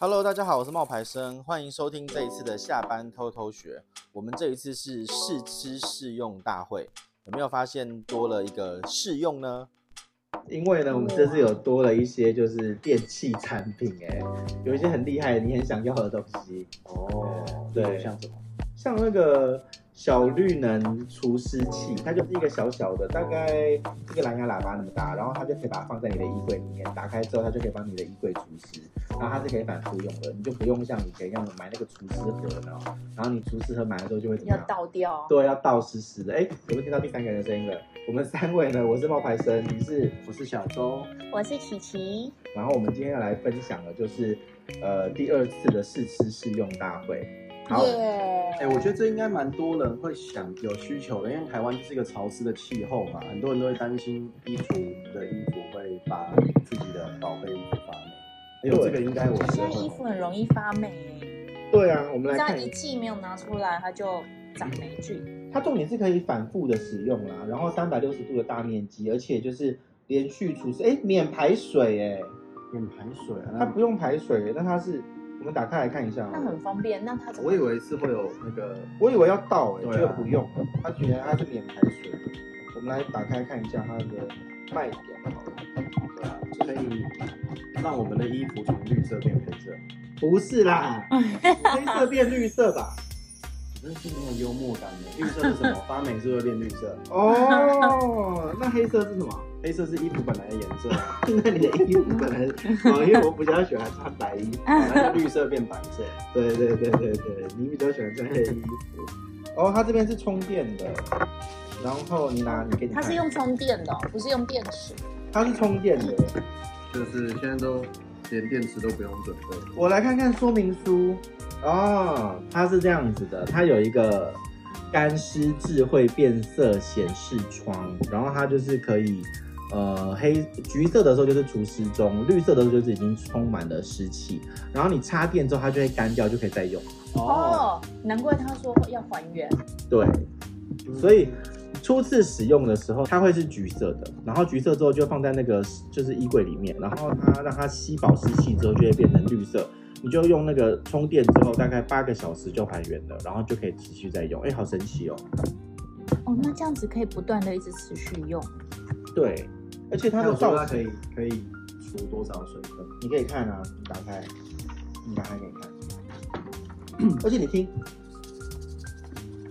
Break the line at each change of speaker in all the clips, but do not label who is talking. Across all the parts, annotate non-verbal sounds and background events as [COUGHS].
Hello，大家好，我是冒牌生，欢迎收听这一次的下班偷偷学。我们这一次是试吃试用大会，有没有发现多了一个试用呢？
因为呢，我们这次有多了一些就是电器产品、哎，有一些很厉害，你很想要的东西，
哦，
对
像什么？
像那个小绿能除湿器，它就是一个小小的，大概一个蓝牙喇叭那么大，然后它就可以把它放在你的衣柜里面，打开之后它就可以帮你的衣柜除湿，然后它是可以反复用的，你就不用像以前一样买那个除湿盒，然后然后你除湿盒买了之后就会怎么
要
样？
倒掉。
对，要倒湿湿的。哎，有没有听到第三个人的声音了？我们三位呢，我是冒牌生，你是，我是小周，
我是琪琪，
然后我们今天要来分享的就是，呃，第二次的试吃试用大会。好，
耶！
哎、我觉得这应该蛮多人会想有需求的，因为台湾就是一个潮湿的气候嘛，很多人都会担心衣服的衣服会把自己的宝贝衣服发霉。哎呦，
对
这个应该我觉
现
得
在衣服很容易发霉
[LAUGHS]
耶，
对啊，我们
这
来
样
看
一，季没有拿出来，它就长霉菌。
它重点是可以反复的使用啦，然后三百六十度的大面积，而且就是连续除湿，哎，免排水，哎，
免排水啊，
它
那
不用排水，但它是，我们打开来看一下啊，
那很方便，那它怎么？
我以为是会有那个
我以为要倒、哎，
对啊
觉得不用，他觉得它是免排水的。我们来打开看一下它的卖点好了。
可以让我们的衣服从绿色变黑色，
不是
[LAUGHS]
啦，黑色变绿色吧？
真是没有幽默感的。绿色是什
[LAUGHS]
么？发霉是会变绿色，
哦，那黑色是什么？
黑色是衣服本来的颜
[LAUGHS]
色啊，
那你的衣服本 [LAUGHS]
[LAUGHS]
来是，哦，因为我比较喜欢穿白衣服。
嗯
那就绿色变白色。
对对对对对，你比较喜欢穿黑衣服。哦，它这边是充电的，然后你拿，你给你
它
看
是用充电的哦、不是用电池。
它是充电的。
就是现在都连电池都不用准备。
我来看看说明书。哦，它是这样子的，它有一个干湿智慧变色显示窗，然后它就是可以，呃，黑橘色的时候就是除湿中，绿色的时候就是已经充满了湿气，然后你插电之后它就会干掉，就可以再用。
哦，难怪他说要还原。
对，
嗯
所以初次使用的时候，它会是橘色的，然后橘色之后就放在那个就是衣柜里面，然后它让它吸饱湿气之后就会变成绿色，你就用那个充电之后大概八个小时就还原了，然后就可以持续再用，哎，好神奇哦！
哦，那这样子可以不断的一直持续用。
对，而且它
它
的
有说
造
它可
型，
以可以除多少水分？
你可以看啊，你打开，你打开给你看， [COUGHS] 而且你听，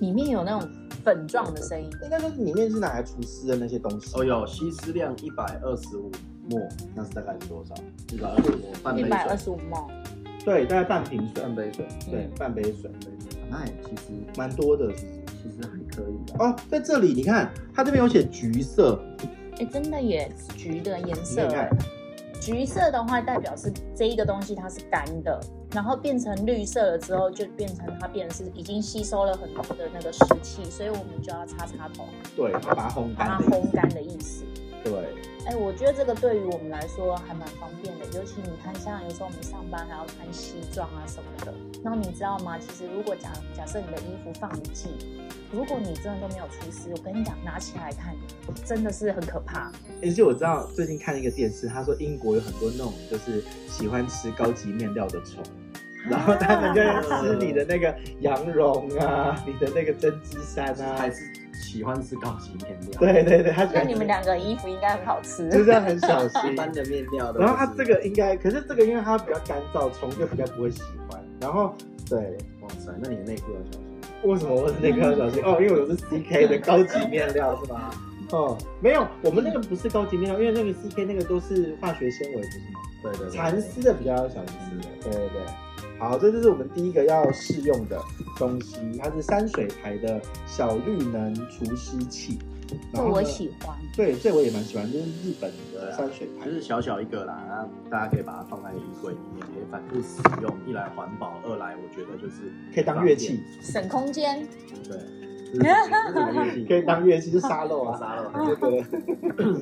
里面有那种粉状的声音，
应该说里面是拿来除湿的那些东西。
哦，有吸湿量一百二十五沫，那是大概是多少？一百二十五半杯
一
水，
百二十五毛。嗯
对，大概半瓶水，嗯
半杯水，
对，半杯水，
半杯水。那也其实
蛮多的，其实。
其实还可以啊。
哦，在这里你看，它这边有写橘色，
哎、真的耶，橘的颜
你
色
看。看，
橘色的话，代表是这一个东西它是干的，然后变成绿色了之后，就变成它变成是已经吸收了很多的那个湿气，所以我们就要擦擦头，
对，它把它烘
把它
干的，
烘干的意思。
对，
哎，我觉得这个对于我们来说还蛮方便的，尤其你看，像有时候我们上班还要穿西装啊什么的。然后你知道吗？其实如果假假设你的衣服放一季，如果你真的都没有除湿，我跟你讲，拿起来看，真的是很可怕。
而且我知道最近看一个电视，他说英国有很多那种就是喜欢吃高级面料的虫，然后他们就会吃你的那个羊绒啊，你的那个针织衫啊
还，是喜欢吃高级面料，，
对对对，他喜
那
欢
你们两个衣服应该很好吃。
就是要很小
一 [LAUGHS]
心。
般的面料都是。
然后它这个应该，可是这个因为它比较干燥，虫就比较不会喜欢。然后对，
哇塞，那你的内裤要小心。
为什么我是那颗小心？哦，因为我是 CK [LAUGHS] 的高级面料是吗？哦，没有，我们那个不是高级面料，因为那个 CK 那个都是化学纤维，不是吗？
对对对，
蚕丝的比较要小心的。对对对，好，这就是我们第一个要试用的东西，它是山水牌的小绿能除湿器。
这
然后呢
我喜欢。
对，这我也蛮喜欢，就是日本的
对啊
山水牌
就。是小小一个啦，然后大家可以把它放在衣柜里面，可以反复使用。一来环保，二来我觉得就是
可以当乐器，
省空间，
方便，对，就是什么乐
[LAUGHS]
器？
可以当乐器，就沙漏 [LAUGHS] 啊，
沙漏
这个。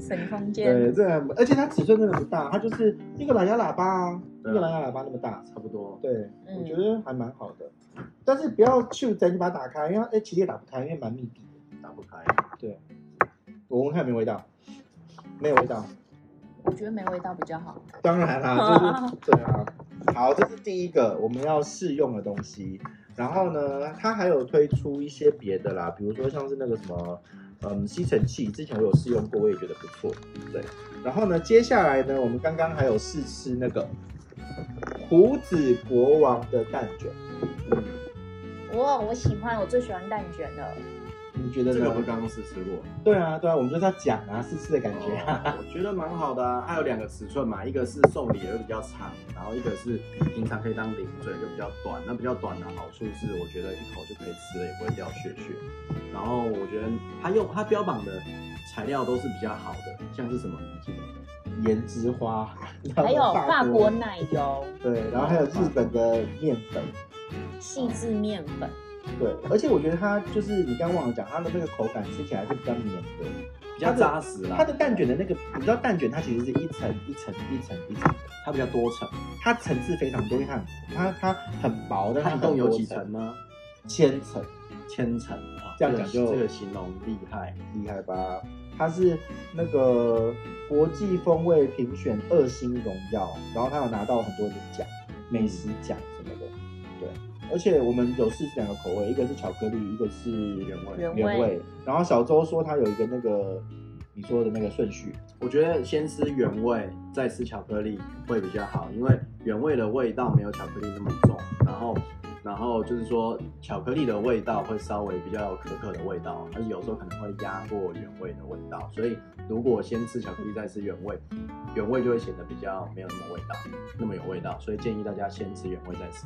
省
对，
空间。
这还蛮而且它尺寸真的不大，它就是一个蓝牙喇叭啊，
对
一
啊
个蓝牙喇叭那么大。
差不多。
对，
嗯
我觉得还蛮好的，但是不要去整你把它打开，因为哎，其实也打不开，因为蛮密闭的。
打不开，
我闻看有没有味道，没有味道，
我觉得没味道比较好。
当然啦，就是对啊。好，这是第一个我们要试用的东西。然后呢，它还有推出一些别的啦，比如说像是那个什么，嗯，吸尘器，之前我有试用过，我也觉得不错，对。然后呢，接下来呢，我们刚刚还有试吃那个胡子国王的蛋卷，
我我喜欢，我最喜欢蛋卷了。
你觉得
这
呢
个？我刚刚试吃过，
对啊，对啊，我们就是要讲啊，试吃的感觉啊。
哦 [LAUGHS] 我觉得蛮好的啊。它有两个尺寸嘛，一个是送礼的比较长，然后一个是平常可以当零嘴就比较短。那比较短的好处是，我觉得一口就可以吃了，也不会掉屑屑。然后我觉得它用它标榜的材料都是比较好的，像是什么你记得吗
颜值花，
还有
法
法国奶油、
对，然后还有日本的面粉，
细致面粉，
对，而且我觉得它就是你刚刚忘了讲，它的那个口感吃起来是比较绵的，
比较扎实啊啦，
它的蛋卷的那个，你知道蛋卷它其实是一层一层一层一层的，
它比较多层，
它层次非常多，因为它很它它很薄，但
它
它
一共有
很多
几层？呢？
千层，
千层啊，
这样
个
讲就
这个形容厉害。
厉害吧？它是那个国际风味评选二星荣耀，然后它有拿到很多的奖，美食奖什么的，对。而且我们有试两个口味，一个是巧克力，一个是原味
原味
原味。然后小周说他有一个那个你说的那个顺序，
我觉得先吃原味，再吃巧克力会比较好，因为原味的味道没有巧克力那么重，然后，然后就是说巧克力的味道会稍微比较有可可的味道，但是有时候可能会压过原味的味道，所以如果先吃巧克力再吃原味，原味就会显得比较没有那么味道，那么有味道，所以建议大家先吃原味再吃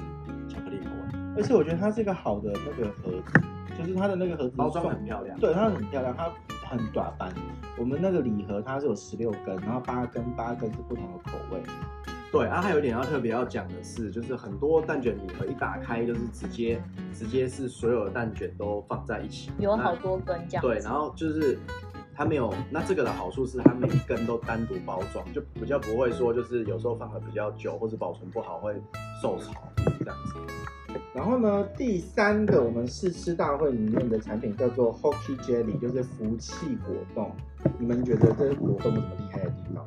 巧克力口味，
而且我觉得它是一个好的那个盒子，就是它的那个盒子
包装
算
很漂亮。
对，它很漂亮，它很短版。我们那个礼盒它是有十六根，然后八根八根是不同的口味。
对啊，还有一点要特别要讲的是，就是很多蛋卷礼盒一打开就是直接直接是所有的蛋卷都放在一起，
有好
那
多根这样子。
对，然后就是它没有，那这个的好处是它每一根都单独包装，就比较不会说就是有时候放的比较久或者保存不好会受潮这样子。
然后呢，第三个我们试吃大会里面的产品叫做 Hockey Jelly，就是福气果冻。你们觉得这个果冻有什么厉害的地方？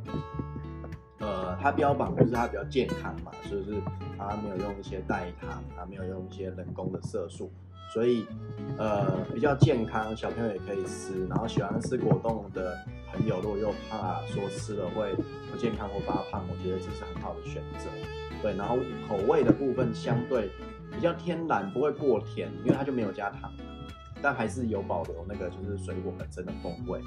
呃，它标榜就是它比较健康嘛，就是它没有用一些代糖，它没有用一些人工的色素，所以呃比较健康，小朋友也可以吃。然后喜欢吃果冻的朋友，如果又怕说吃了会不健康或发胖，我觉得这是很好的选择。对，然后口味的部分相对比较天然，不会过甜，因为它就没有加糖，但还是有保留那个就是水果本身的风味，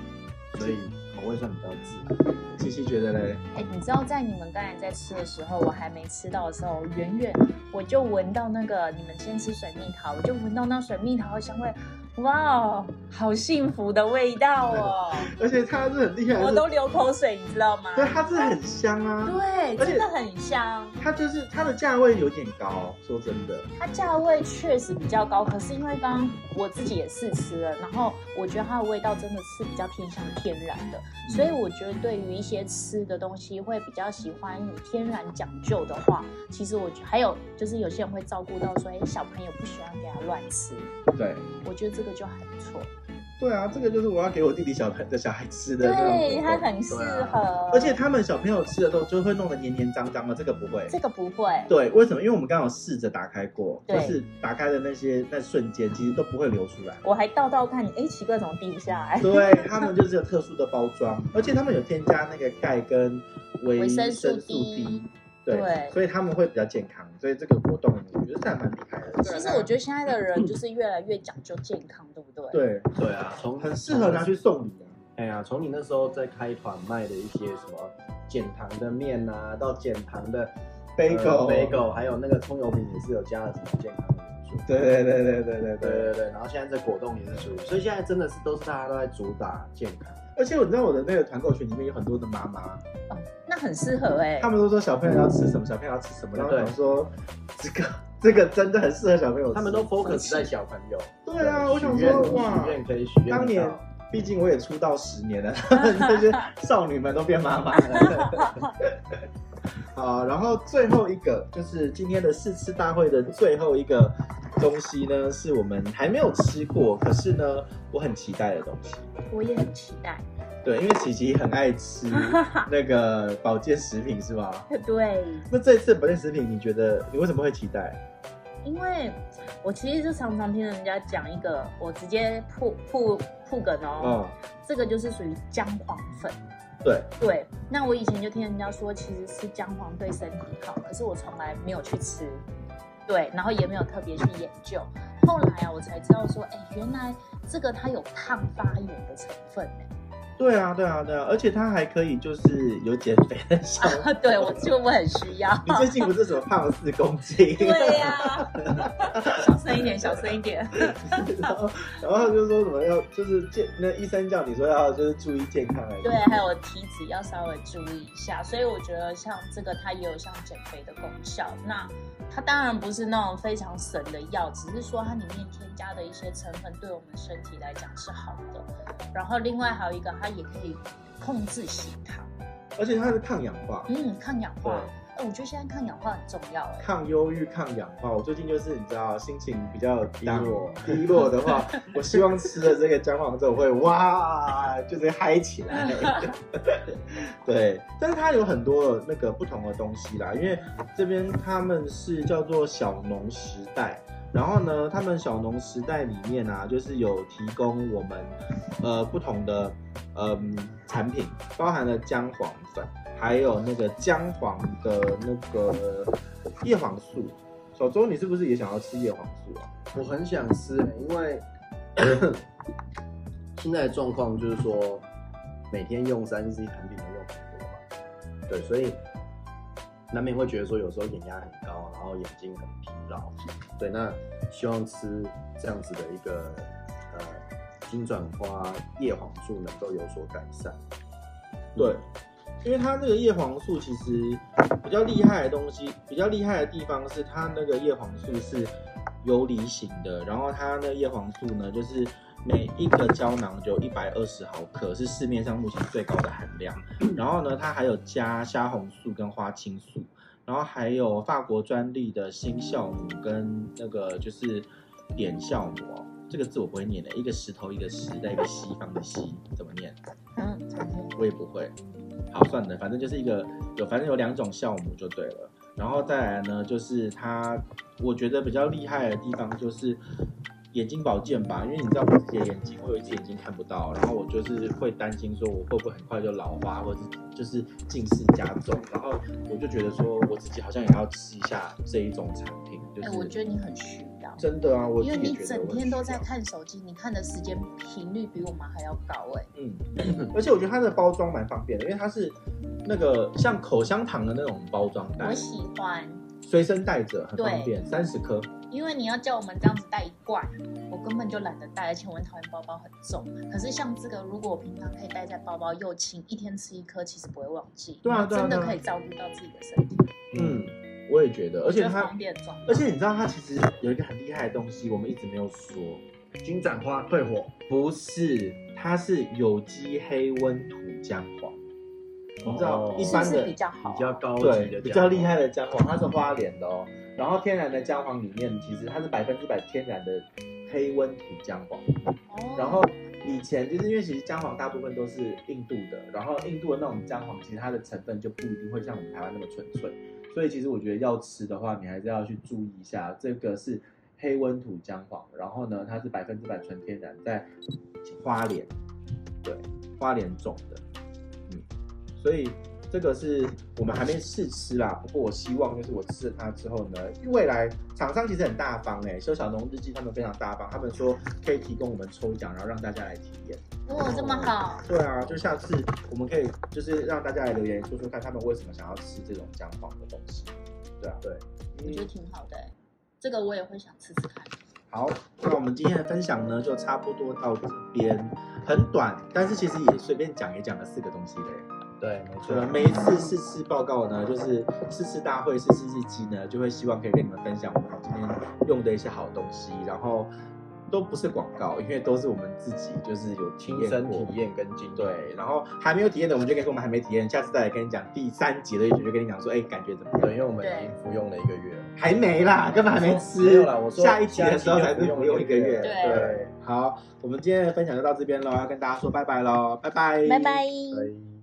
所以口味算比较自然。
七七觉得嘞？
哎、你知道在你们刚才在吃的时候，我还没吃到的时候，远远我就闻到那个你们先吃水蜜桃，我就闻到那水蜜桃的香味，哇哦，好幸福的味道哦，
而且它是很厉害
我都流口水，你知道吗？
对，它是很香啊。
对，
而且
真的很香。
它就是它的价位有点高，说真的，
它价位确实比较高，可是因为刚刚我自己也试吃了，然后我觉得它的味道真的是比较偏向天然的，所以我觉得对于一些吃的东西会比较喜欢有天然讲究的话，其实我觉还有就是有些人会照顾到说，哎，小朋友不喜欢给他乱吃，
对。
我觉得这个就还不错，
对啊，这个就是我要给我弟弟小朋的小孩吃的那种果
对，啊
冻
它很适合，
而且他们小朋友吃的都就会弄得黏黏脏脏的，这个不
[LAUGHS]
会。
这个不会，
对，为什么？因为我们刚好试着打开过，就
对。
是打开的那些那瞬间，其实都不会流出来
我还倒倒看，哎，奇怪，怎么滴不下
[LAUGHS]
来？
对他们就是有特殊的包装，而且他们有添加那个钙跟维
维
生
生
素
素
D，,
D
对，
对
所以他们会比较健康。所以这个活动我觉得是还蛮厉害的。
其实我觉得现在的人就是越来越讲究健康，对不对？
对，
对啊，从
很适合拿去送礼啊。
哎呀，从你那时候在开团卖的一些什么减糖的面啊，到减糖的
Bagel
呃 bagel，还有那个葱油饼也是有加了什么健康的元素。
对对对对对对
对
对。
对对，然后现在这果冻也是属于，所以现在真的是都是大家都在主打健康。
而且我知道我的那个团购群里面有很多的妈妈，
哦，那很适合哎、
他们都说小朋友要吃什么，小朋友要吃什么，
对
然后我想说这个这个真的很适合小朋友吃。
他们都 focus 在小朋友。
对啊我想
许愿
说哇
许愿可以许愿到。
当年，毕竟我也出道十年
[LAUGHS]
了，这些少女们都变妈妈了。 [LAUGHS] 好，然后最后一个就是今天的试吃大会的最后一个东西呢，是我们还没有吃过，可是呢我很期待的东西。
我也很期待。
对，因为琪琪很爱
[LAUGHS]
吃那个保健食品是吗？
对，
那这次保健食品，你觉得你为什么会期待？
因为我其实就常常听人家讲一个，我直接铺铺铺梗哦，
嗯，
这个就是属于姜黄粉。
对，
对，那我以前就听人家说，其实吃姜黄对身体好，可是我从来没有去吃，对，然后也没有特别去研究。后来啊，我才知道说，哎，原来这个它有抗发炎的成分、欸
对啊，对啊，对啊，而且它还可以就是有减肥的效果。
欸。 [LAUGHS] [LAUGHS] 对，我就我很需要。
你最近不是什么胖了四公斤？
对呀、小声一点，小声一点。
然
哦
后，然后就说什么要就是健，那医生叫你说要就是注意健康啊来。
对，还有体脂要稍微注意一下，所以我觉得像这个它也有像减肥的功效。那它当然不是那种非常神的药，只是说它里面添加的一些成分对我们身体来讲是好的。然后另外还有一个，它也可以控制血糖，
而且它是抗氧化，
嗯，抗氧化
对。
哎，我觉得现在抗氧化很重要哎、
抗忧郁、抗氧化。我最近就是你知道，心情比较低落， [LAUGHS] 低落的话，我希望吃了这个姜黄之后会哇，就是嗨起
[LAUGHS]
来。对，但是它有很多那个不同的东西啦，因为这边他们是叫做小农时代。然后呢，他们小农时代里面啊，就是有提供我们，呃，不同的，嗯、产品，包含了姜黄粉，还有那个姜黄的那个叶黄素。小周，你是不是也想要吃叶黄素啊？
我很想吃、欸因为 [COUGHS] 现在的状况就是说，每天用三 C 产品的用很多嘛，对，所以难免会觉得说有时候眼压很高，然后眼睛很疲劳，对，那希望吃这样子的一个呃金盏花叶黄素能够有所改善，
对，因为它这个叶黄素其实比较厉害的东西，比较厉害的地方是它那个叶黄素是游离型的，然后它那叶黄素呢，就是每一个胶囊有一百二十毫克，是市面上目前最高的含量。然后呢，它还有加虾红素跟花青素，然后还有法国专利的新酵母跟那个就是碘酵母哦。这个字我不会念的，一个石头一个石，在一个西方的西，怎么念？
嗯，
我也不会。好，算了，反正就是一个有，反正有两种酵母就对了。然后再来呢，就是它，我觉得比较厉害的地方就是眼睛保健吧，因为你知道我自己的眼睛，我有一只眼睛看不到，然后我就是会担心说我会不会很快就老花，或者是就是近视加重，然后我就觉得说我自己好像也要吃一下这一种产品，就
哎、
是、
我觉得你很需要。
真的啊，我
因为
自己
你
也觉得
整
我
天都
需要
在看手机，你看的时间频率比我们还要高哎、
嗯，而且我觉得它的包装蛮方便的，因为它是那个像口香糖的那种包装袋
我，喜欢，
随身带着很方便，三十颗。
因为你要叫我们这样子带一罐，我根本就懒得带，而且我很讨厌包包很重。可是像这个，如果我平常可以带在包包又轻，一天吃一颗，其实不会忘记。
对啊
你
对啊
真的
对啊
可以照顾到自己的身体，
嗯，我也觉得，而且
我觉得
它
方，便装。
而且你知道它其实有一个很厉害的东西，我们一直没有说，
嗯金盏花退火，
不是，它是有机黑温土姜黄，你知道
哦
一
是不
般
是
的
比较好啊、
比较高级的
对
酱
比较厉害的姜黄，它是花莲的哦。然后天然的姜黄里面，其实它是百分之百天然的黑温土姜黄。
哦
然后以前就是因为其实姜黄大部分都是印度的，然后印度的那种姜黄其实它的成分就不一定会像我们台湾那么纯粹，所以其实我觉得要吃的话，你还是要去注意一下，这个是黑温土姜黄，然后呢它是百分之百纯天然，在花莲，对，花莲种的，嗯，所以。这个是我们还没试吃啦，不过我希望就是我吃了它之后呢，未来厂商其实很大方哎、修小农日记他们非常大方，他们说可以提供我们抽奖，然后让大家来体验。
哇，这么好，
对啊，就下次我们可以就是让大家来留言说说看他们为什么想要吃这种姜黄的东西。对啊，
我觉得
对。
挺好的、哎这个我也会想吃吃看。
好，那我们今天的分享呢就差不多到这边，很短，但是其实也随便讲也讲了四个东西嘞。
对，没
呃，每一次试吃报告呢，就是试吃大会、试吃日记呢，就会希望可以跟你们分享我们今天用的一些好东西，然后都不是广告，因为都是我们自己就是有体
亲
验
身
过
体验跟经历，
对，然后还没有体验的，我们就跟你说我们还没体验，下次再来跟你讲第三集的，也许就跟你讲说，哎，感觉怎么
对，
样？
因为我们已经服用了一个月了。
还没啦，根本还没吃。
没有啦我说
下一集的时候才是
下一集就
不用一个月。
对
对，好，我们今天的分享就到这边喽，要跟大家说拜拜喽，拜拜，
拜拜。
所以